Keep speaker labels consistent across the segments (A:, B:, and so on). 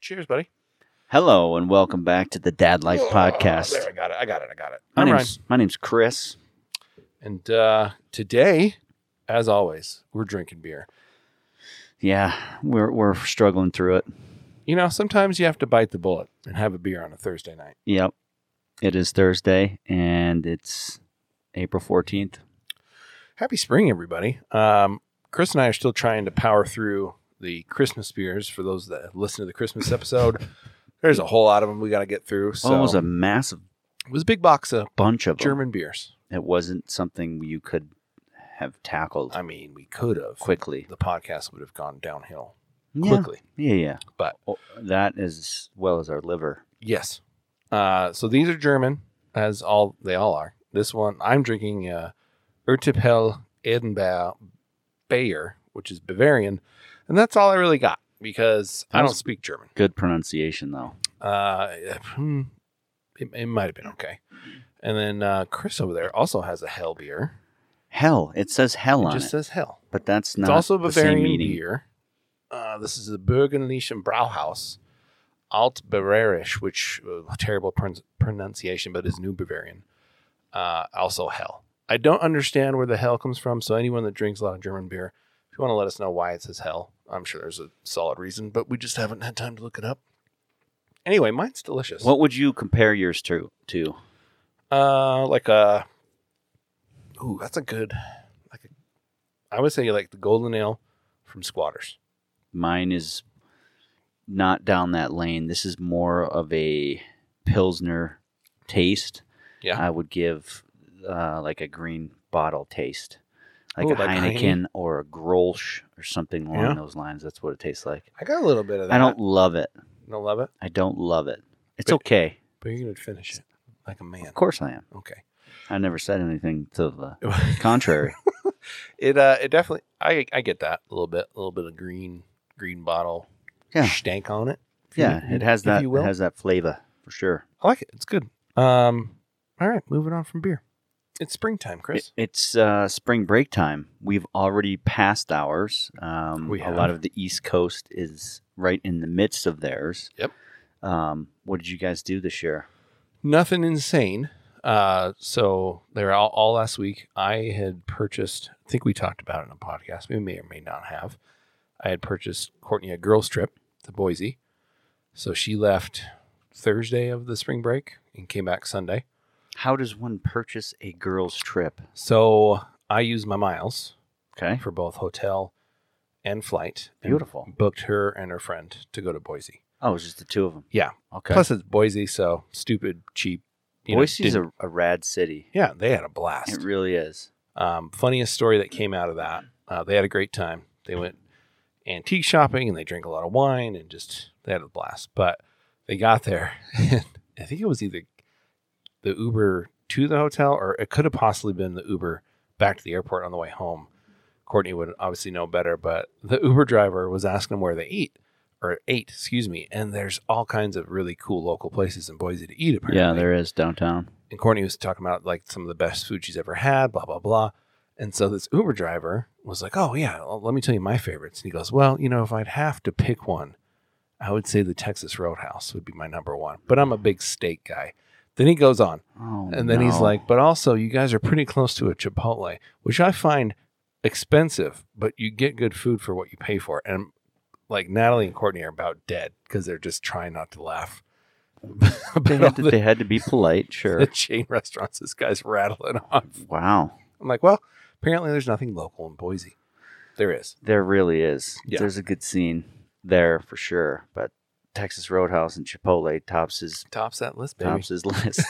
A: Cheers, buddy.
B: Hello and welcome back to the Dad Life
A: Oh,
B: Podcast.
A: There, I got it. I got it. I got it.
B: My
A: I'm Ryan.
B: name's my name's Chris.
A: And uh, today, as always, we're drinking beer.
B: Yeah, we're we're struggling through it.
A: You know, sometimes you have to bite the bullet and have a beer on a Thursday night.
B: Yep. It is Thursday and it's April 14th.
A: Happy spring, everybody. Um, Chris and I are still trying to power through the Christmas beers for those that listen to the Christmas episode. There's a whole lot of them we got to get through. So
B: Well, it was a massive
A: it was a big box of
B: bunch of 'em.
A: German beers.
B: It wasn't something you could have tackled
A: I mean, we could have.
B: quickly.
A: The podcast would have gone downhill
B: Yeah.
A: quickly.
B: Yeah, yeah.
A: But-
B: Oh, that as well as our liver.
A: Yes. Uh, so these are German, as all they all are. This one I'm drinking uh, Ertipel Edinburgh Bayer, which is Bavarian, and that's all I really got because I don't
B: That's-
A: speak German.
B: Good pronunciation though.
A: Uh, hmm, it, it might have been okay. And then uh, Chris over there also has a hell beer.
B: Hell, it says hell
A: It
B: on
A: just
B: it,
A: says hell.
B: but that's not
A: it's also a
B: the same
A: Bavarian
B: meaning.
A: beer. Uh, this is the Burgenlichen Brauhaus Alt Bavarisch, which uh, terrible pron- pronunciation, but is New Bavarian. Uh, also, hell. I don't understand where the hell comes from. So anyone that drinks a lot of German beer, if you want to let us know why it says hell, I'm sure there's a solid reason, but we just haven't had time to look it up. Anyway, mine's delicious.
B: What would you compare yours to? To
A: Uh, like a. Ooh, that's a good. Like a, I would say like the golden ale from Squatters.
B: mine is not down that lane. This is more of a pilsner taste.
A: Yeah.
B: I would give uh, like a green bottle taste, like
A: Ooh,
B: a
A: like
B: Heineken
A: Heine.
B: or a Grolsch or something along
A: Yeah.
B: those lines. That's what it tastes like.
A: I got a little bit of that.
B: I don't love it.
A: don't love it,
B: I don't love it. It's
A: But-
B: okay.
A: but you're gonna finish it like a man.
B: Of course I am.
A: Okay.
B: I never said anything to the contrary.
A: it uh, it definitely. I I get that a little bit, a little bit of green green bottle
B: Yeah.
A: stank on it. if you-
B: yeah, it has
A: if
B: that.
A: you will.
B: It has that flavor for sure.
A: I like it. It's good. Um. All right, moving on from beer. It's springtime, Chris.
B: It- it's uh, spring break time. We've already passed ours. Um,
A: We
B: A lot
A: have.
B: of the East Coast is right in the midst of theirs.
A: Yep.
B: Um, what did you guys do this year?
A: Nothing insane. Uh, so they're all, all last week. I had purchased. I think we talked about it in a podcast. We may or may not have. I had purchased Courtney a girls trip to Boise, so she left Thursday of the spring break and came back Sunday.
B: How does one purchase a girl's trip?
A: So I used my miles
B: Okay.
A: for both hotel and flight. and
B: Beautiful.
A: booked her and her friend to go to Boise.
B: Oh, it's just the two of them.
A: Yeah.
B: Okay.
A: Plus, it's Boise, so stupid, cheap. you know,
B: Boise's
A: didn't-
B: a, a rad city.
A: yeah. They had a blast.
B: It really is.
A: Um, funniest story that came out of that. Uh, they had a great time. They went antique shopping and they drank a lot of wine and just they had a blast. But they got there and I think it was either the Uber to the hotel or it could have possibly been the Uber back to the airport on the way home. Courtney would obviously know better, but the Uber driver was asking them where they eat or ate, excuse me. And there's all kinds of really cool local places in Boise to eat. Apparently
B: Yeah, there is downtown.
A: and Courtney was talking about like some of the best food she's ever had, blah blah blah. And so this Uber driver was like, "Oh yeah, well, let me tell you my favorites." And he goes, "Well, you know, if I'd have to pick one, I would say the Texas Roadhouse would be my number one, but I'm a big steak guy." Then he goes on,
B: Oh,
A: and then he's
B: no.
A: like, "But also, you guys are pretty close to a Chipotle, which I find expensive, but you get good food for what you pay for." And like Natalie and Courtney are about dead because they're just trying not to laugh. about all
B: they had, to,
A: the-
B: they had to be polite.
A: the
B: Sure.
A: chain restaurants this guy's rattling off.
B: wow.
A: I'm like, well, apparently there's nothing local in Boise. There is.
B: There really is.
A: Yeah.
B: There's a good scene there for sure. But Texas Roadhouse and Chipotle tops his
A: Tops that list, baby.
B: tops his list.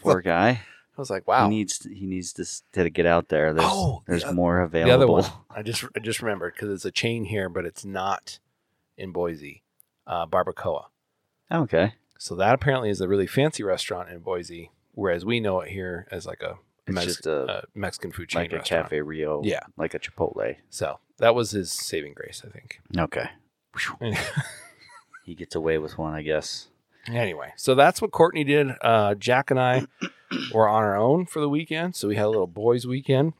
B: Poor guy.
A: I was like, wow.
B: He needs he needs to, s- to get out there. There's
A: Oh, the
B: there's
A: oth-
B: more
A: the
B: available.
A: other one, I just I just remembered because it's a chain here, but it's not in Boise. Uh, Barbacoa.
B: Okay.
A: So that apparently is a really fancy restaurant in Boise, whereas we know it here as like a,
B: It's
A: Mex-
B: just a
A: a Mexican food chain
B: like a
A: restaurant.
B: Cafe Rio.
A: Yeah.
B: Like a Chipotle.
A: So that was his saving grace, I think.
B: Okay. He gets away with one, I guess.
A: Anyway, so that's what Courtney did. Uh, Jack and I were on our own for the weekend, so we had a little boys' weekend.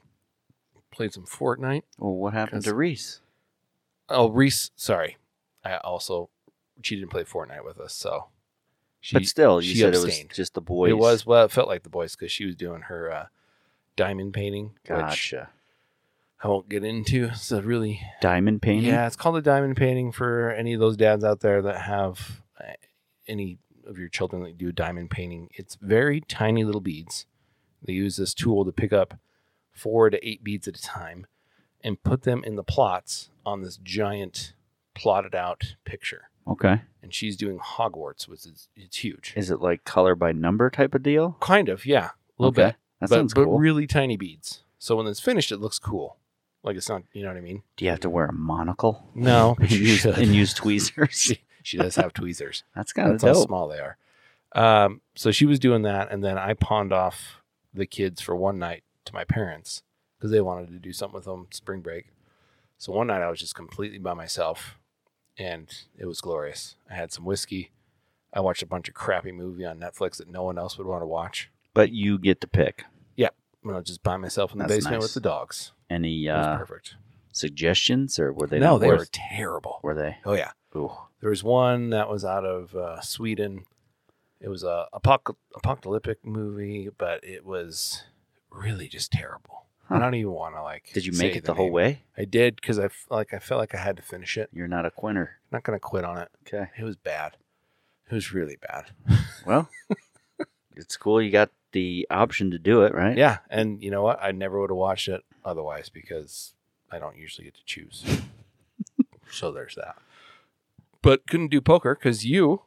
A: Played some Fortnite.
B: Well, what happened
A: Because-
B: to Reese?
A: Oh, Reese, sorry, I also she didn't play Fortnite with us, so she
B: but still, you
A: she
B: said it
A: abstained.
B: was just the boys.
A: it was well, it felt like the boys because she was doing her uh, diamond painting, which
B: gotcha.
A: I won't get into. It's a really
B: Diamond painting.
A: yeah, it's called a diamond painting for any of those dads out there that have uh, any of your children that do diamond painting. It's very tiny little beads. They use this tool to pick up four to eight beads at a time and put them in the plots on this giant plotted out picture.
B: Okay.
A: And she's doing Hogwarts, which is it's huge.
B: Is it like color by number type of deal?
A: kind of, yeah, a little
B: okay.
A: bit,
B: That
A: but
B: sounds
A: but
B: cool.
A: really tiny beads. So when it's finished, it looks cool. Like it's not, you know what I mean?
B: Do you have to wear a monocle?
A: No,
B: and,
A: but you
B: use,
A: should.
B: and use tweezers.
A: she, she does have tweezers.
B: That's kind of
A: That's how
B: dope.
A: small they are. Um, so she was doing that, and then I pawned off the kids for one night to my parents because they wanted to do something with them spring break. So one night I was just completely by myself, and it was glorious. I had some whiskey. I watched a bunch of crappy movie on Netflix that no one else would want to watch.
B: But you get to pick
A: And I was just by myself in the
B: That's
A: basement
B: nice.
A: with the dogs.
B: any
A: It was
B: uh,
A: perfect.
B: suggestions, or were they?
A: no,
B: not
A: they were
B: worth,
A: terrible.
B: Were they?
A: Oh yeah,
B: Ooh.
A: there was one that was out of uh, Sweden. It was a apoc- apocalyptic movie, but it was really just terrible.
B: Huh.
A: I don't even want to like.
B: Did you
A: say
B: make it the whole
A: name.
B: way?
A: I did because I f- like I felt like I had to finish it.
B: You're not a quinner.
A: I'm not gonna quit on it.
B: Okay.
A: It was bad. It was really bad.
B: Well, it's cool. You got the option to do it, right?
A: Yeah, and you know what? I never would have watched it otherwise because I don't usually get to choose. so there's that. But couldn't do poker because you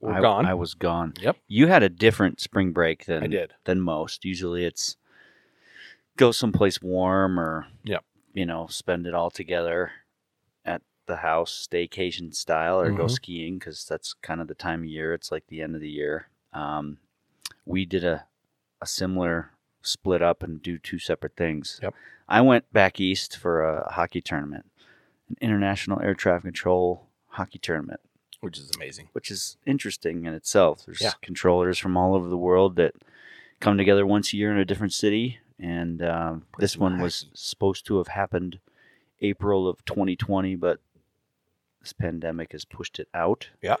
A: were
B: I,
A: gone.
B: I was gone.
A: Yep.
B: You had a different spring break than
A: I did.
B: than most. Usually, it's go someplace warm or
A: Yep.
B: you know, spend it all together at the house, staycation style, or go
A: Mhm.
B: skiing because that's kind of the time of year. It's like the end of the year. Um, we did a a similar split up and do two separate things.
A: Yep.
B: I went back east for a hockey tournament, an international air traffic control hockey tournament
A: which is amazing.
B: which is interesting in itself. There's
A: Yeah.
B: controllers from all over the world that come together once a year in a different city, and um,
A: Play
B: this
A: some
B: one was
A: hockey.
B: supposed to have happened April of 2020, but this pandemic has pushed it out.
A: Yeah.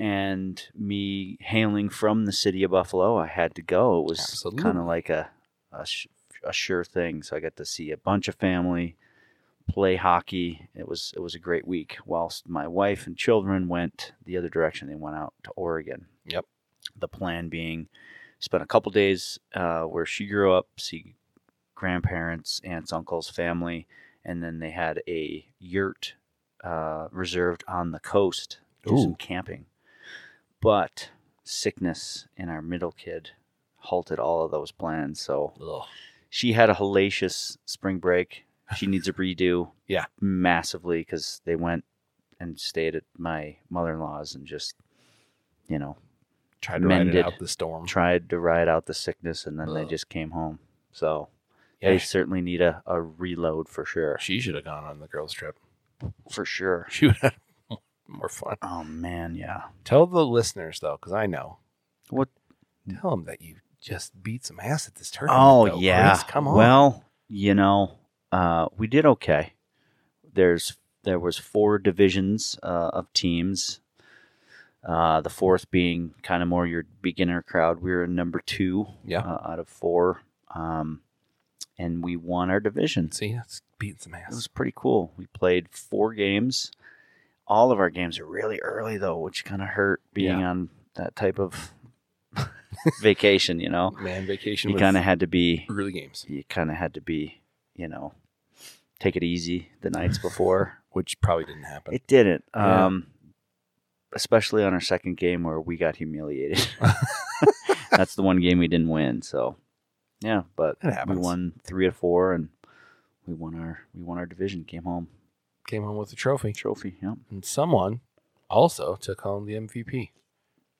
B: And me hailing from the city of Buffalo, I had to go. It was
A: Absolutely.
B: kind of like a a, sh- a sure thing. So I got to see a bunch of family play hockey. It was it was a great week. Whilst my wife and children went the other direction, they went out to Oregon.
A: Yep.
B: The plan being, spent a couple days uh, where she grew up, see grandparents, aunts, uncles, family, and then they had a yurt uh, reserved on the coast, do some
A: Ooh.
B: camping. But sickness in our middle kid halted all of those plans. So
A: Ugh.
B: she had a hellacious spring break. She needs a redo.
A: Yeah.
B: Massively because they went and stayed at my mother in law's and just, you know,
A: Tried to
B: Mended.
A: ride it out the storm.
B: tried to ride out the sickness and then they
A: Ugh.
B: just came home. So
A: Yeah,
B: they certainly need a, a reload for sure.
A: she should have gone on the girls' trip.
B: For sure.
A: She would have had more fun.
B: Oh, man. Yeah.
A: Tell the listeners though, because I know.
B: What?
A: Tell them that you just beat some ass at this tournament.
B: Oh,
A: though,
B: yeah.
A: Chris. come on.
B: Well, you know, uh, we did okay. There's there was four divisions uh, of teams. Uh, the fourth being kind of more your beginner crowd. We were in number two
A: yeah.
B: uh, out of four, um, and we won our division.
A: See, that's beating some ass.
B: It was pretty cool. We played four games. All of our games are really early though, which kind of hurt being on that type of vacation. You know,
A: man vacation.
B: you
A: with
B: kind of had to be
A: early games,
B: you kind of had to be, you know, take it easy the nights before.
A: which probably didn't happen.
B: it didn't.
A: Yeah.
B: Um, especially on our second game where we got humiliated. That's the one game we didn't win. So, yeah, but
A: It
B: we
A: happens.
B: won three to four, and we won our we won our division. Came home
A: Came home with a trophy,
B: trophy. Yeah,
A: and someone also took home the MVP.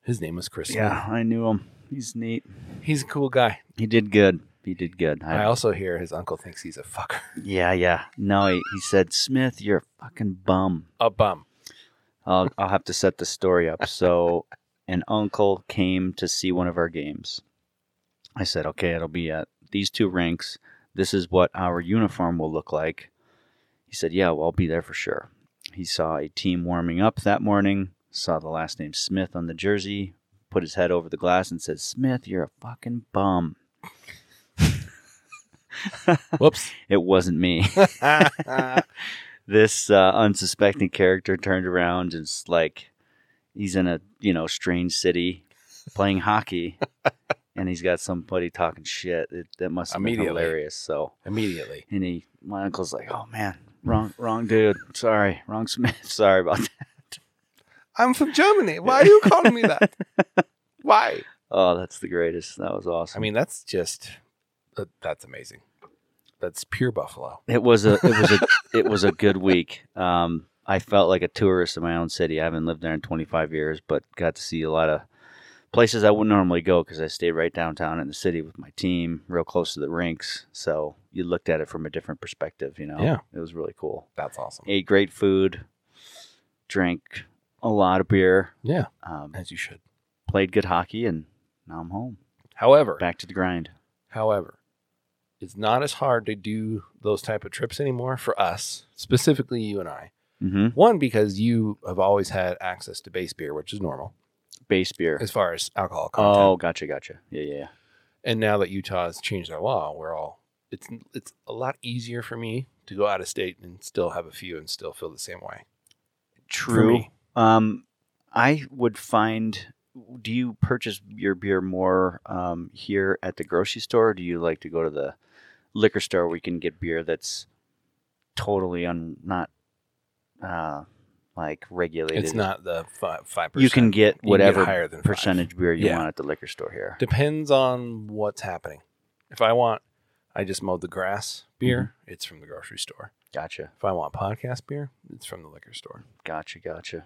A: His name was Chris.
B: yeah, I knew him. He's neat.
A: Lee. he's a cool guy.
B: He did good. He did good.
A: I
B: I,
A: also hear his uncle thinks he's a fucker,
B: yeah, yeah. No, he, he said, Smith, you're a fucking bum.
A: a bum.
B: I'll, I'll have to set the story up. So, an uncle came to see one of our games. I said, okay, it'll be at these two rinks. This is what our uniform will look like. He said, yeah, well, I'll be there for sure. He saw a team warming up that morning Saw the last name Smith on the jersey, put his head over the glass and said, Smith, you're a fucking bum.
A: Whoops.
B: It wasn't me. this uh, unsuspecting character turned around and it's like he's in a you know strange city playing hockey and he's got somebody talking shit it, that must have been
A: Immediately.
B: hilarious so
A: Immediately.
B: and he my uncle's like oh man wrong wrong dude sorry wrong smith sorry about that
A: I'm from Germany. Why are you calling me that? Why?
B: oh that's the greatest that was awesome
A: I mean, that's just that, that's amazing. That's pure Buffalo.
B: It was a it was a it was a good week. Um, I felt like a tourist in my own city. I haven't lived there in 25 years, but got to see a lot of places I wouldn't normally go because I stayed right downtown in the city with my team, real close to the rinks. So you looked at it from a different perspective. You know,
A: Yeah.
B: it was really cool.
A: That's awesome.
B: Ate great food, drank a lot of beer,
A: Yeah,
B: um,
A: as you should.
B: played good hockey, and now I'm home.
A: However,
B: Back to the grind.
A: however, it's not as hard to do those type of trips anymore for us, specifically you and I.
B: Mm-hmm.
A: One because you have always had access to base beer, which is normal
B: Base beer.
A: as far as alcohol content.
B: Oh, gotcha, gotcha. Yeah, yeah, yeah.
A: and now that Utah has changed their law, we're all it's it's a lot easier for me to go out of state and still have a few and still feel the same way. for
B: True.
A: me.
B: Um, I would find. Do you purchase your beer more um, here at the grocery store? Or do you like to go to the liquor store where you can get beer that's totally un not uh, like regulated?
A: It's not the fi- five percent.
B: You can get whatever
A: higher than five.
B: percentage beer you
A: Yeah.
B: want at the liquor store here.
A: Depends on what's happening. If I want, I just mowed the grass beer.
B: Mm-hmm.
A: It's from the grocery store.
B: Gotcha,
A: If I want podcast beer, it's from the liquor store.
B: gotcha, gotcha.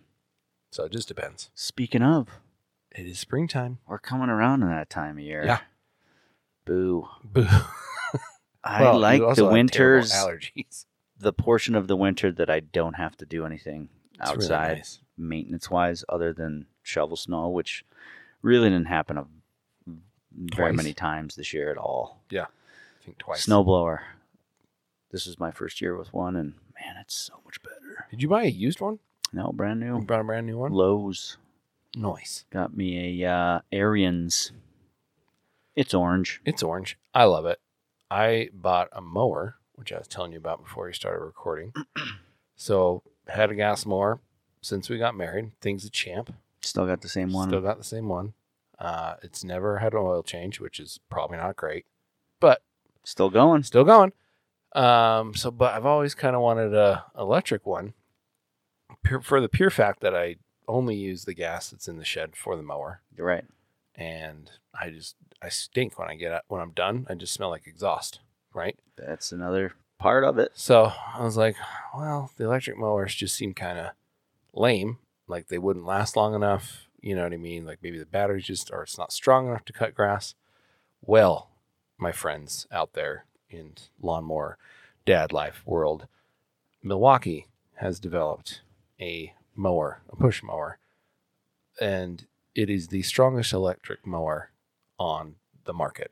A: So it just depends.
B: Speaking of,
A: It is springtime.
B: we're coming around in that time of year.
A: Yeah.
B: Boo.
A: Boo.
B: I
A: Well, you
B: like
A: also
B: the
A: have terrible
B: winters,
A: allergies.
B: the portion of the winter that I don't have to do anything
A: It's really
B: outside.
A: nice.
B: maintenance wise other than shovel snow, which really didn't happen a, very
A: Twice.
B: many times this year at all.
A: I think twice.
B: Snowblower. This is my first year with one, and man, it's so much better.
A: Did you buy a used one?
B: No, brand
A: You
B: new.
A: bought a brand new one.
B: Lowe's
A: Nice.
B: got me a uh, Arians. It's orange.
A: It's orange. I love it. I bought a mower, which I was telling you about before we started recording. so had a gas mower since we got married. Things a champ.
B: Still got the same one.
A: Still got the same one. Uh, it's never had an oil change, which is probably not great, but
B: Still going.
A: still going. Um, so, but I've always kind of wanted a electric one, pure, for the pure fact that I only use the gas that's in the shed for the mower.
B: You're right.
A: and I just I stink when I get out, when I'm done. I just smell like exhaust, right?
B: That's another part of it.
A: So I was like, well, the electric mowers just seem kind of lame. Like they wouldn't last long enough. You know what I mean? Like maybe the batteries just or it's not strong enough to cut grass. Well, my friends out there in lawnmower dad life world, Milwaukee has developed a mower, a push mower, and it is the strongest electric mower on the market.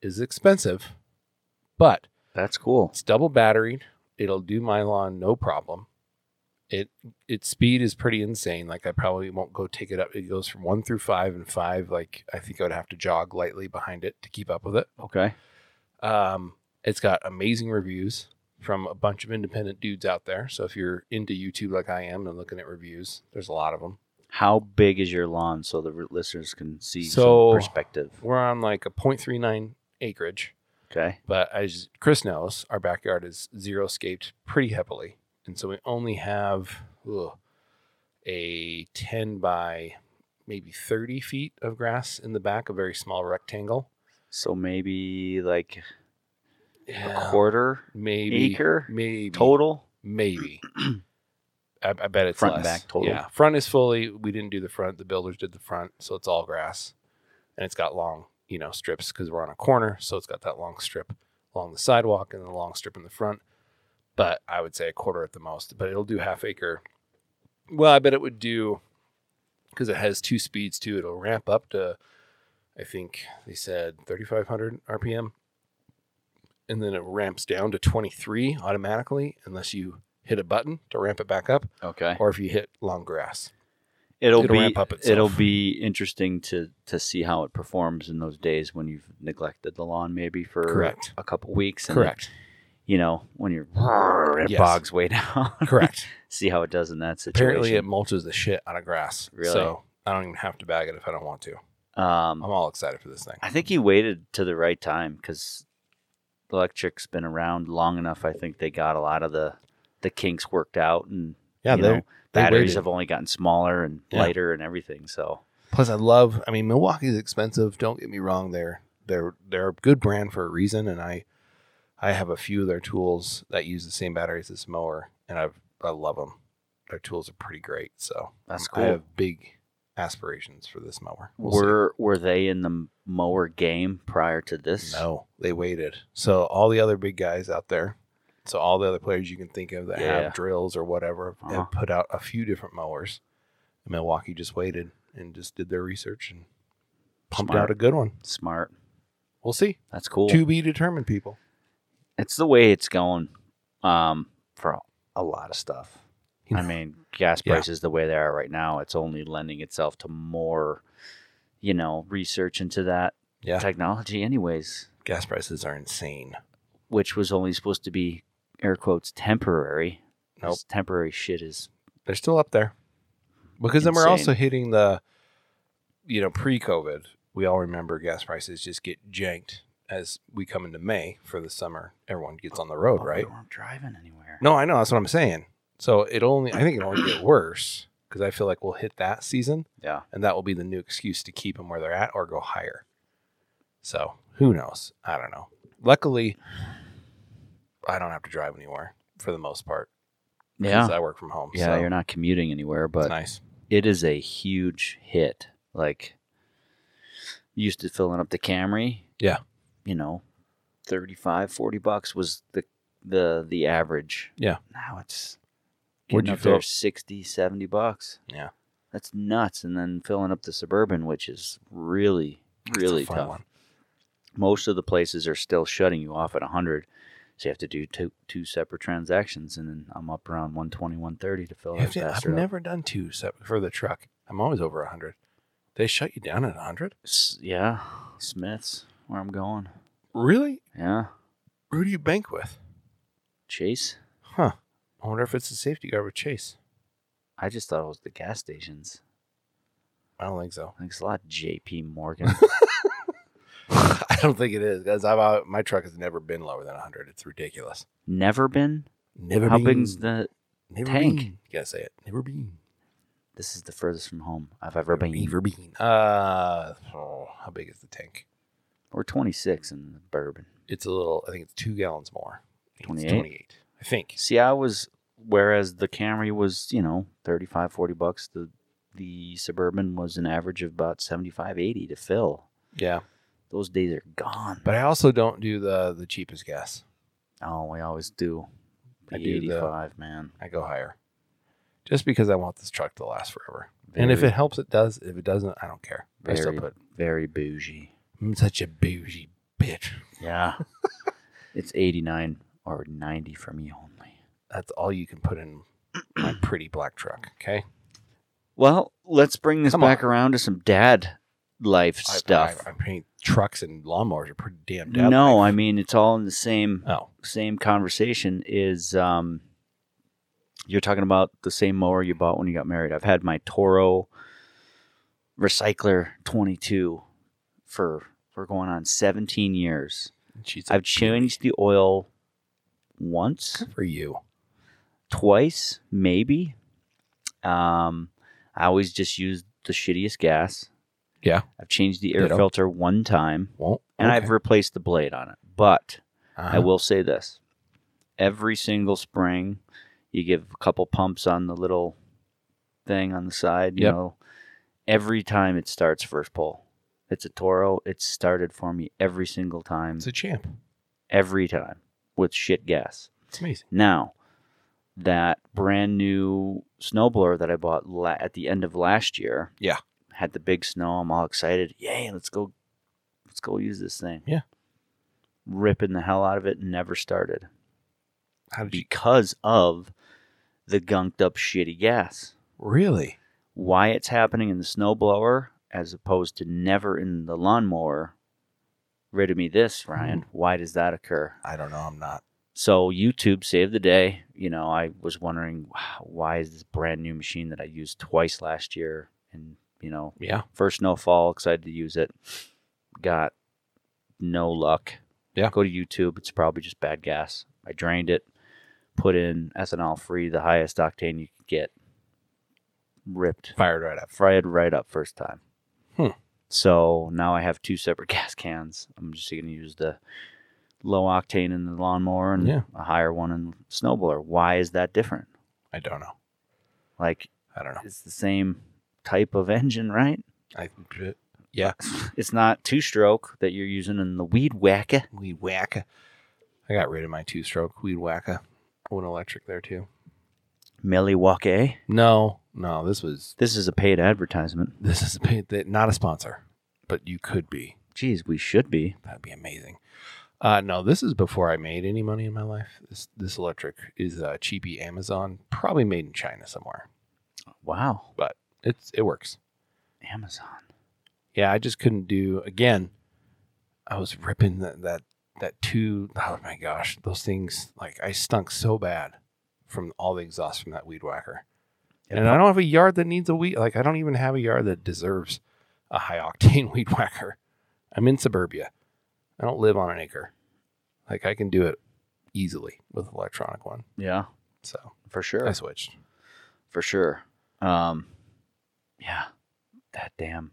A: It's expensive, but
B: That's cool.
A: it's double batteried. It'll do my lawn no problem. It its speed is pretty insane. Like I probably won't go take it up. It goes from one through five, and five like I think I would have to jog lightly behind it to keep up with it.
B: Okay.
A: Um, it's got amazing reviews from a bunch of independent dudes out there. So if you're into YouTube like I am and looking at reviews, there's a lot of them.
B: How big is your lawn so the r- listeners can see
A: So-
B: some perspective?
A: We're on like a 0.39 acreage,
B: Okay.
A: but as Chris knows, our backyard is zero scaped pretty heavily, and so we only have ugh, a 10 by maybe 30 feet of grass in the back, a very small rectangle.
B: So maybe like a
A: Yeah.
B: quarter
A: maybe
B: acre
A: maybe
B: total.
A: maybe. I, I bet it's
B: Front
A: less.
B: and back total.
A: Yeah, front is fully. We didn't do the front. The builders did the front, so it's all grass, and it's got long, you know, strips because we're on a corner, so it's got that long strip along the sidewalk and the long strip in the front. But I would say a quarter at the most. But it'll do half acre. Well, I bet it would do because it has two speeds too. It'll ramp up to, I think they said 3,500 RPM, and then it ramps down to 23 automatically unless you hit a button to ramp it back up
B: Okay.
A: or if you hit long grass.
B: it'll,
A: It'll
B: be
A: ramp up itself.
B: it'll be interesting to to see how it performs in those days when you've neglected the lawn maybe for
A: Correct.
B: a couple weeks. And
A: Correct.
B: you know when you're it
A: Yes.
B: bogs way down.
A: Correct.
B: see how it does in that situation.
A: Apparently, it mulches the shit out of grass.
B: Really?
A: So I don't even have to bag it if I don't want to.
B: um,
A: I'm all excited for this thing.
B: I think he waited to the right time because electric's been around long enough. I think they got a lot of the the kinks worked out, and
A: Yeah,
B: you
A: they-
B: know, batteries
A: waited.
B: have only gotten smaller and
A: Yeah.
B: lighter and everything. So
A: Plus, I love. I mean, Milwaukee's expensive. Don't get me wrong. They're they're they're a good brand for a reason, and I I have a few of their tools that use the same batteries as mower, and I I love them. Their tools are pretty great. So
B: That's
A: I
B: cool.
A: have big aspirations for this mower. We'll see.
B: were were they in the mower game prior to this?
A: No, they waited. So all the other big guys out there, so all the other players you can think of that
B: Yeah.
A: have drills or whatever,
B: Uh-huh.
A: have put out a few different mowers. And Milwaukee just waited and just did their research and pumped
B: Smart.
A: out a good one.
B: Smart.
A: We'll see.
B: That's cool.
A: To be determined, people.
B: It's the way it's going um, for a lot of stuff.
A: You
B: I
A: know.
B: mean, gas
A: Yeah.
B: prices the way they are right now, it's only lending itself to more, you know, research into that
A: Yeah.
B: technology, anyways,
A: Gas prices are insane.
B: which was only supposed to be air quotes temporary.
A: Nope.
B: This temporary shit is
A: They're still up there. Because then we're
B: Insane.
A: also hitting the, you know, pre COVID, we all remember gas prices just get janked as we come into May for the summer. Everyone gets on the road,
B: Oh,
A: right?
B: We weren't driving anywhere.
A: No, I know. That's what I'm saying. So it only, I think it'll only get worse because I feel like we'll hit that season
B: Yeah.
A: and that will be the new excuse to keep them where they're at or go higher. So who knows? I don't know. Luckily, I don't have to drive anywhere for the most part. 'cause
B: Yeah.
A: I work from home.
B: Yeah.
A: so
B: You're not commuting anywhere,
A: it's
B: but
A: nice.
B: it is a huge hit. Like used to filling up the Camry.
A: Yeah.
B: You know, 35, 40 bucks was the the the average.
A: Yeah.
B: Now it's
A: What'd
B: getting
A: you
B: up there
A: fill up?
B: 60, 70 bucks.
A: Yeah.
B: That's nuts. And then filling up the suburban, which is really,
A: It's a
B: really
A: fun
B: tough.
A: one.
B: Most of the places are still shutting you off at hundred. So you have to do two two separate transactions and then I'm up around 120, 130 to fill
A: You have
B: that
A: to- I've
B: faster. up.
A: never done two sep- for the truck. I'm always over 100. They shut you down at 100?
B: S- yeah, Smith's where I'm going.
A: Really?
B: Yeah,
A: Who do you bank with?
B: Chase.
A: Huh. I wonder if it's the safety guard with Chase.
B: I just thought it was the gas stations.
A: I don't think so.
B: I think it's a lot of J.P. Morgan.
A: I don't think it is because I've out, my truck has never been lower than 100. It's ridiculous.
B: Never been.
A: Never
B: How
A: been.
B: big's the?
A: never
B: tank?
A: Been. You gotta say it. Never been.
B: This is the furthest from home I've ever been.
A: Never been. Uh, oh, how big is the tank?
B: We're 26 in bourbon.
A: It's a little. I think it's two gallons more. I think it's
B: 28?
A: 28. I think.
B: See, I was whereas the Camry was you know 35, 40 bucks. The the suburban was an average of about 75, 80 to fill.
A: Yeah,
B: Those days are gone.
A: but I also don't do the the cheapest gas.
B: oh, we always do.
A: I do the-
B: 85, man.
A: I go higher, just because I want this truck to last forever. and if
B: Very-
A: it helps, it does. If it doesn't, I don't care. I still
B: Very-
A: put.
B: very bougie.
A: I'm such a bougie bitch.
B: Yeah. it's 89 or 90 for me only.
A: That's all you can put in my pretty black truck. Okay.
B: Well, let's bring this
A: Come
B: back
A: on.
B: around to some dad life
A: I-
B: stuff.
A: I, I, mean, trucks and lawnmowers are pretty damn dead.
B: no, I mean it's all in the same
A: Oh,
B: same conversation is um you're talking about the same mower you bought when you got married. I've had my Toro Recycler 22 for for going on 17 years.
A: she's
B: I've changed the oil once.
A: for you.
B: twice, maybe. Um, I always just use the shittiest gas.
A: Yeah.
B: I've changed the air
A: Ditto.
B: filter one time,
A: Won't.
B: and
A: okay.
B: I've replaced the blade on it. But I
A: Uh-huh.
B: will say this: every single spring, you give a couple pumps on the little thing on the side. You
A: Yep.
B: know, every time it starts first pull, it's a Toro. It started for me every single time,
A: It's a champ.
B: every time with shit gas.
A: It's amazing.
B: Now, that brand new snowblower that I bought la- at the end of last year.
A: Yeah.
B: Had the big snow. I'm all excited. Yay, let's go. Let's go use this thing.
A: Yeah.
B: Ripping the hell out of it. Never started
A: How did you
B: because of the gunked up shitty gas.
A: really?
B: why it's happening in the snowblower as opposed to never in the lawnmower. Riddle me this,
A: Hmm.
B: Ryan. Why does that occur?
A: I don't know. I'm not.
B: So YouTube saved the day. You know, I was wondering "Wow, why is this brand new machine that I used twice last year and you know
A: Yeah.
B: first snowfall, excited to use it. Got no luck.
A: Yeah.
B: Go to YouTube. It's probably just bad gas. I drained it, put in ethanol free, the highest octane you could get. Ripped.
A: Fired right up.
B: Fried right up first time.
A: Hmm.
B: So now I have two separate gas cans. I'm just going to use the low octane in the lawnmower and
A: Yeah.
B: a higher one in the snowblower. Why is that different?
A: I don't know.
B: Like,
A: I don't know.
B: it's the same type of engine, right?
A: I
B: it's not two stroke that you're using in the weed whacker.
A: weed whacker. I got rid of my two stroke weed whacker. I went electric there too.
B: Millie Walker.
A: No, no, this was
B: This is a paid advertisement.
A: this is a paid, that- not a sponsor, but you could be.
B: Geez, we should be.
A: That'd be amazing. Uh, no, this is before I made any money in my life. This this electric is uh, cheapy Amazon, probably made in China somewhere.
B: Wow.
A: It's it works.
B: Amazon.
A: Yeah, I just couldn't do again. I was ripping that that that two oh my gosh, those things like I stunk so bad from all the exhaust from that weed whacker. And I don't have a yard that needs a weed like I don't even have a yard that deserves a high octane weed whacker. I'm in suburbia. I don't live on an acre. Like I can do it easily with electronic one.
B: Yeah,
A: So
B: for sure.
A: I switched.
B: for sure. Um, yeah. That damn,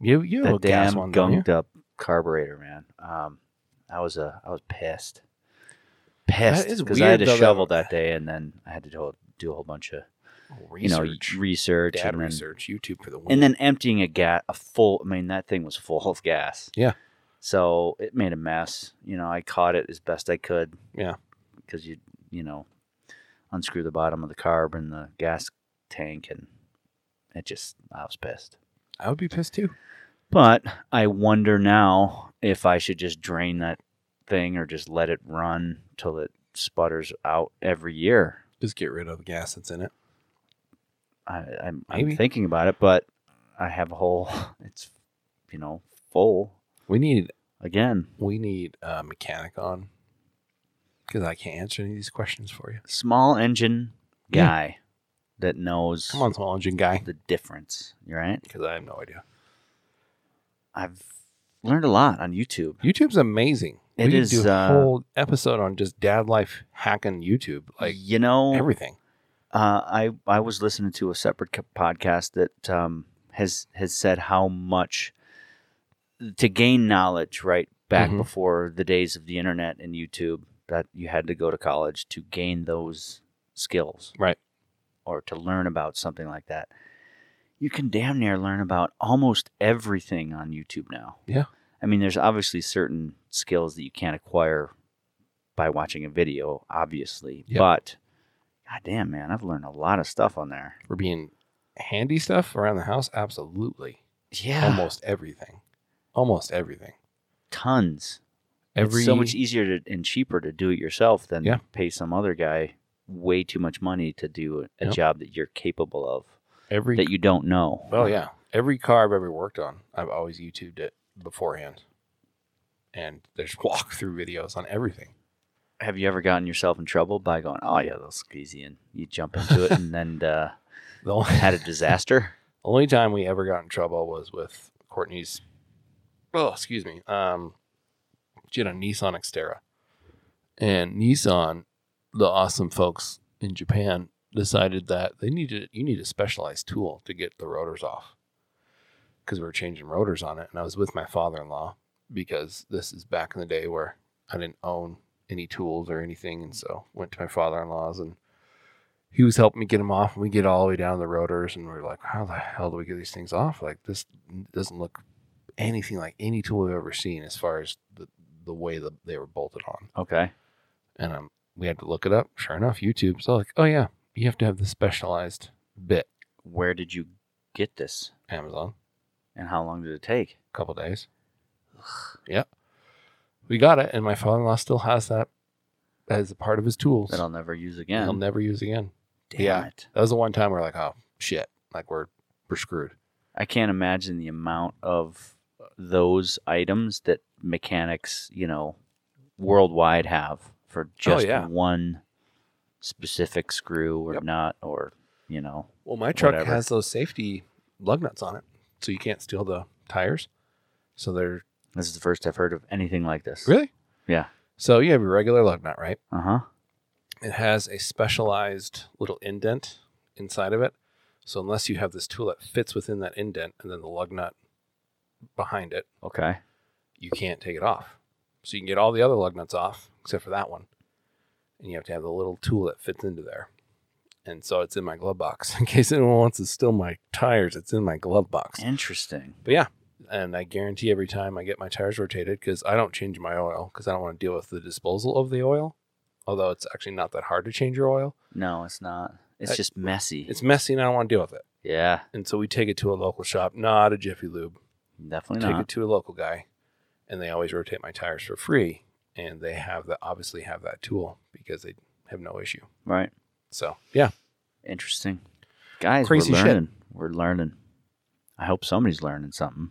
A: You you have a
B: that
A: gas
B: damn
A: one, don't you?
B: gunked up carburetor, man. Um, I was a, I was pissed. Pissed
A: is
B: because I
A: weird,
B: had to
A: though, that-
B: shovel that day, and then I had to do a, do a whole bunch of
A: Research.
B: you know research
A: dad
B: and then
A: research, YouTube for the win.
B: and then emptying a gas a full i mean that thing was full of gas
A: Yeah.
B: so it made a mess you know i caught it as best i could
A: Yeah.
B: because you you know unscrew the bottom of the carb and the gas tank and it just i was pissed
A: I would be pissed too.
B: but i wonder now if i should just drain that thing or just let it run till it sputters out every year
A: Just get rid of the gas that's in it.
B: I, I'm,
A: Maybe.
B: I'm thinking about it, but I have a whole. It's you know full
A: We need
B: again.
A: we need a mechanic on because I can't answer any of these questions for you.
B: Small engine
A: Yeah.
B: guy that knows
A: Come on, small engine guy,
B: the difference. You're right.
A: because I have no idea.
B: I've learned a lot on YouTube.
A: YouTube's amazing.
B: It
A: we could
B: is,
A: do a
B: uh,
A: whole episode on just dad life hacking YouTube, like
B: you know,
A: everything.
B: uh, I I was listening to a separate co- podcast that um, has has said how much to gain knowledge right back
A: Mhm.
B: before the days of the internet and YouTube that you had to go to college to gain those skills
A: Right.
B: or to learn about something like that. You can damn near learn about almost everything on YouTube now.
A: Yeah.
B: I mean, there's obviously certain skills that you can't acquire by watching a video, obviously.
A: Yeah.
B: But god damn man, I've learned a lot of stuff on there.
A: For being handy stuff around the house, absolutely.
B: Yeah.
A: Almost everything. Almost everything.
B: tons.
A: Every
B: it's so much e- easier to, and cheaper to do it yourself than
A: Yeah.
B: pay some other guy way too much money to do a
A: Yep.
B: job that you're capable of
A: every
B: that you don't know.
A: Well, yeah. Every car I've ever worked on, I've always YouTubed it beforehand. And there's walkthrough videos on everything.
B: Have you ever gotten yourself in trouble by going, "Oh yeah, those easy," and you jump into it and then uh,
A: The only,
B: had a disaster?
A: only time we ever got in trouble was with Courtney's. Oh, excuse me. Um, she had a Nissan Xterra, and Nissan, the awesome folks in Japan, decided that they needed you need a specialized tool to get the rotors off because we were changing rotors on it. And I was with my father-in-law because this is back in the day where I didn't own any tools or anything, and so went to my father-in-law's and he was helping me get them off. And we get all the way down the rotors, and we are like, "How the hell do we get these things off? Like this doesn't look anything like any tool we've ever seen as far as the the way that they were bolted on."
B: Okay,
A: And um, we had to look it up. Sure enough, YouTube. So like, oh yeah, you have to have the specialized bit.
B: where did you get this,
A: Amazon,
B: and how long did it take?
A: a couple days. Yep, we got it, and my father-in-law still has that as a part of his tools
B: That I'll never use
A: he'll
B: again.
A: never use again.
B: Damn
A: yeah.
B: it!
A: That was the one time we are like, oh, shit. Like we're we're screwed.
B: I can't imagine the amount of those items that mechanics, you know, worldwide have for just
A: Oh, yeah.
B: one specific screw or
A: Yep.
B: nut or, you know,
A: Well, my truck
B: Whatever.
A: has those safety lug nuts on it, so you can't steal the tires. So they're
B: this is the first I've heard of anything like this.
A: really
B: Yeah.
A: So you have your regular lug nut, right?
B: Uh huh.
A: It has a specialized little indent inside of it. So unless you have this tool that fits within that indent and then the lug nut behind it,
B: Okay.
A: you can't take it off. So you can get all the other lug nuts off except for that one. And you have to have the little tool that fits into there. And so it's in my glove box. In case anyone wants to steal my tires, it's in my glove box.
B: Interesting.
A: But yeah, and I guarantee every time I get my tires rotated because I don't change my oil because I don't want to deal with the disposal of the oil. Although it's actually not that hard to change your oil,
B: No, it's not. It's
A: I-
B: just messy.
A: Uh, it's messy and I don't want to deal with it.
B: yeah,
A: And so we take it to a local shop, not a Jiffy Lube.
B: definitely
A: take
B: not.
A: it to a local guy, and they always rotate my tires for free. And they have that obviously have that tool because they have no issue.
B: right.
A: So yeah,
B: Interesting. Guys,
A: Crazy
B: we're
A: shit.
B: learning. We're learning. I hope somebody's learning something.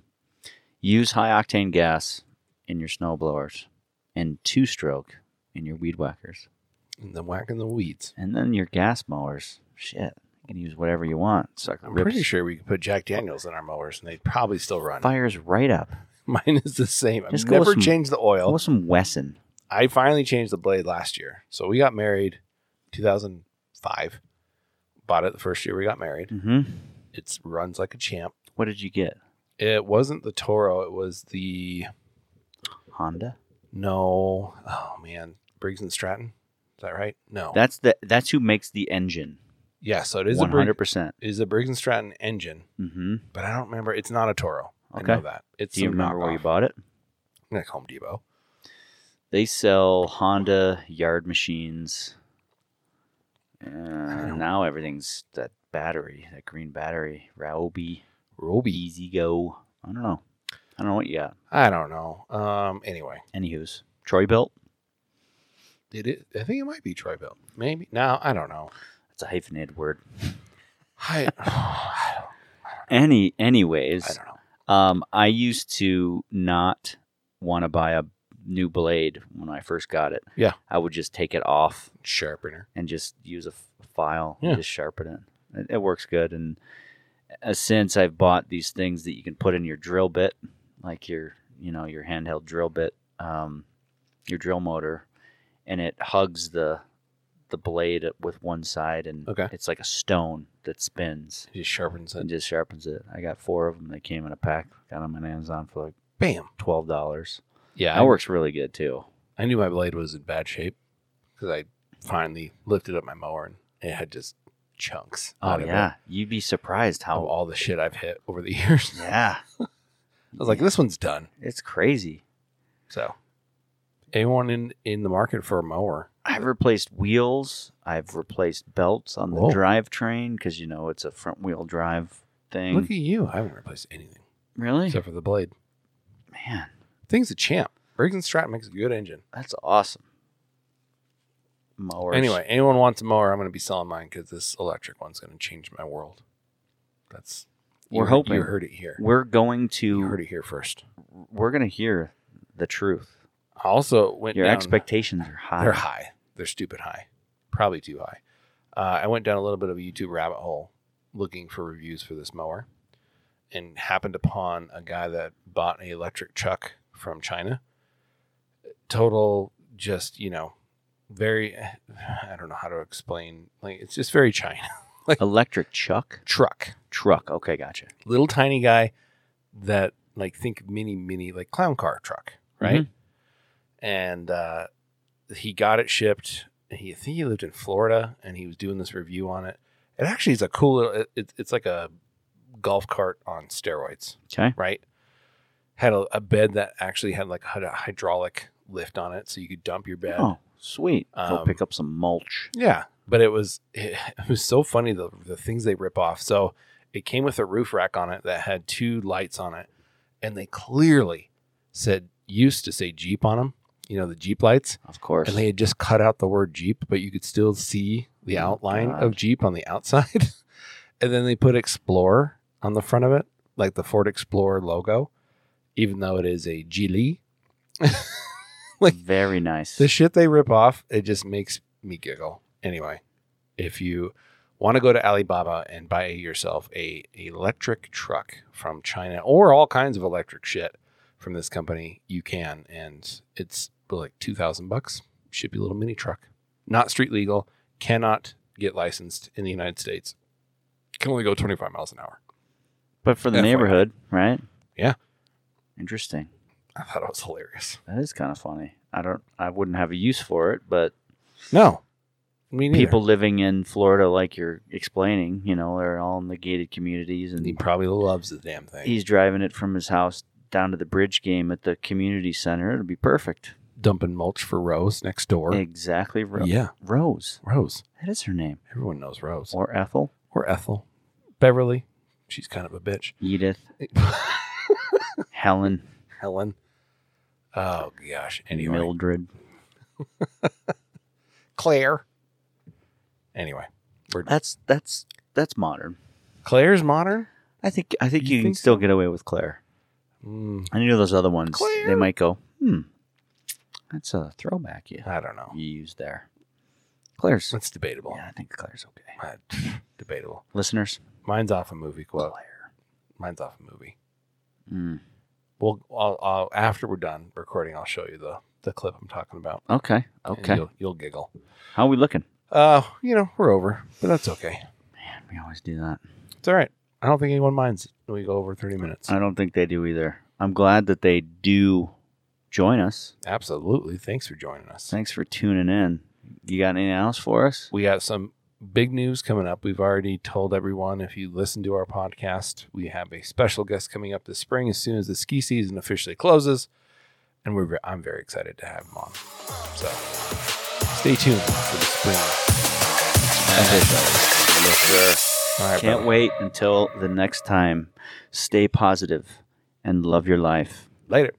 B: Use high octane gas in your snow blowers and two stroke in your weed whackers.
A: and then whacking the weeds.
B: And then your gas mowers. Shit. You can use whatever you want. Sucker
A: I'm
B: rips
A: pretty sure we could put Jack Daniels in our mowers and they'd probably still run.
B: fires right up.
A: Mine is the same. I've
B: Just go with
A: never
B: some-
A: changed the
B: Go
A: oil.
B: with some Wesson.
A: I finally changed the blade last year. So we got married 2005. Bought it the first year we got married.
B: hmm
A: It runs like a champ.
B: What did you get?
A: It wasn't the Toro, it was the
B: Honda?
A: no. Oh man, Briggs and Stratton. Is that right? No.
B: That's the that's who makes the engine.
A: yeah, so it is a
B: One
A: Briggs
B: hundred percent.
A: is a Briggs and Stratton engine,
B: Mm-hmm.
A: but I don't remember. It's not a Toro. I
B: Okay.
A: know that. It's
B: Do you
A: some
B: remember where you
A: knockoff.
B: bought it?
A: Like Home Depot.
B: They sell Honda yard machines. Uh,
A: don't-
B: now everything's that battery, that green battery, E Raobi,
A: Roby.
B: Easy Go. I don't know. I don't know what you got.
A: I don't know. Um. Anyway,
B: Anywho's, Troy built.
A: it is, I think it might be Troy built. Maybe. No, I don't know.
B: That's a hyphenated word.
A: I, I don't-
B: Any,
A: I
B: anyways,
A: don't know.
B: um, I used to not want to buy a new blade when I first got it.
A: Yeah.
B: I would just take it off
A: Sharpener.
B: and just use a f- file
A: Yeah.
B: and just sharpen it. it. It works good. And uh, since I've bought these things that you can put in your drill bit, like your you know your handheld drill bit, um, your drill motor, and it hugs the the blade with one side, and
A: Okay.
B: it's like a stone that spins
A: It just sharpens
B: and
A: it.
B: just sharpens it. I got four of them. They came in a pack. Got them on Amazon for like
A: Bam.
B: twelve dollars.
A: Yeah.
B: That
A: I,
B: works really good too.
A: I knew my blade was in bad shape because I finally lifted up my mower and it had just chunks.
B: Oh
A: out of it
B: yeah, you'd be surprised
A: Of
B: how.
A: all the shit I've hit over the years.
B: Yeah,
A: I was like, this one's done.
B: it's crazy.
A: So, anyone in in the market for a mower?
B: I've replaced wheels. I've replaced belts on the
A: Whoa.
B: drivetrain because you know it's a front wheel drive thing.
A: Look at you! I haven't replaced anything
B: really,
A: except for the blade.
B: man,
A: Thing's a champ. Briggs and Stratton makes a good engine.
B: that's awesome. Mowers.
A: Anyway, anyone wants a mower? I'm going to be selling mine because this electric one's going to change my world. That's
B: We're
A: you-
B: hoping.
A: you heard it here.
B: we're going
A: You heard
B: to
A: it here first.
B: we're going to hear the truth.
A: I also went
B: Your
A: down,
B: expectations are high.
A: They're high. They're stupid high. Probably too high. Uh, I went down a little bit of a YouTube rabbit hole looking for reviews for this mower, and happened upon a guy that bought an electric chuck from China. Total, just you know, very. I don't know how to explain. Like it's just very China
B: Electric chuck
A: truck.
B: truck. Okay, gotcha.
A: little tiny guy that like think mini mini like clown car truck right and uh, he got it shipped he I think he lived in florida and he was doing this review on it it actually is a cool little it, it's- it's like a golf cart on steroids
B: Okay.
A: right had a, a bed that actually had like had a hydraulic lift on it so you could dump your bed
B: Oh, sweet. Go
A: Um,
B: pick up some mulch.
A: yeah, but it was it, was so funny the the things they rip off. So it came with a roof rack on it that had two lights on it, and they clearly said used to say Jeep on them. You know the Jeep lights,
B: Of course.
A: and they had just cut out the word Jeep, but you could still see the
B: Oh,
A: outline
B: God.
A: of Jeep on the outside. And then they put Explorer on the front of it, like the Ford Explorer logo, even though it is a Geely. Like,
B: Very nice.
A: The shit they rip off, it just makes me giggle. Anyway, if you want to go to Alibaba and buy yourself a electric truck from China or all kinds of electric shit from this company, you can, and it's like two thousand bucks. Should be a little mini truck, not street legal, cannot get licensed in the United States. Can only go twenty five miles an hour.
B: but for the
A: FYI.
B: neighborhood, right?
A: Yeah.
B: Interesting.
A: I thought it was hilarious.
B: That is kind of funny. I don't. I wouldn't have a use for it, but
A: No, me neither.
B: people living in Florida, like you're explaining, you know, are all in the gated communities, and
A: he probably loves the damn thing.
B: he's driving it from his house down to the bridge game at the community center. It'll be perfect.
A: dumping mulch for Rose next door.
B: exactly. Ro-
A: Yeah,
B: Rose.
A: Rose.
B: That is her name.
A: Everyone knows Rose.
B: Or Ethel.
A: Or Ethel. Beverly. She's kind of a bitch.
B: Edith. Helen.
A: Helen. Oh gosh. Anyway.
B: Mildred.
A: Claire. Anyway. We're,
B: That's that's that's modern.
A: Claire's modern?
B: I think I think
A: You
B: you, can
A: think
B: still get away with Claire.
A: Mm,
B: I know those other ones. They
A: Claire?
B: might go. Hmm. That's a throwback. You
A: I don't know.
B: you used there. Claire's.
A: That's debatable.
B: Yeah, I think Claire's okay.
A: Uh, debatable.
B: Listeners.
A: Mine's off a movie quote.
B: Claire.
A: Mine's off a movie.
B: Mm.
A: Well, I'll, I'll, after we're done recording, I'll show you the, the clip I'm talking about.
B: Okay.
A: and
B: Okay.
A: You'll, you'll giggle.
B: How are we looking?
A: Uh, you know, we're over, but that's okay.
B: Man, we always do that.
A: It's all right. I don't think anyone minds when we go over 30 minutes.
B: I don't think they do either. I'm glad that they do join us.
A: Absolutely. Thanks for joining us.
B: Thanks for tuning in. You got anything else for us?
A: We got some big news coming up. We've already told everyone if you listen to our podcast, we have a special guest coming up this spring as soon as the ski season officially closes. And we're, I'm very excited to have him on. So stay tuned for the spring. All right,
B: Can't
A: brother.
B: wait until the next time. Stay positive and love your life.
A: Later.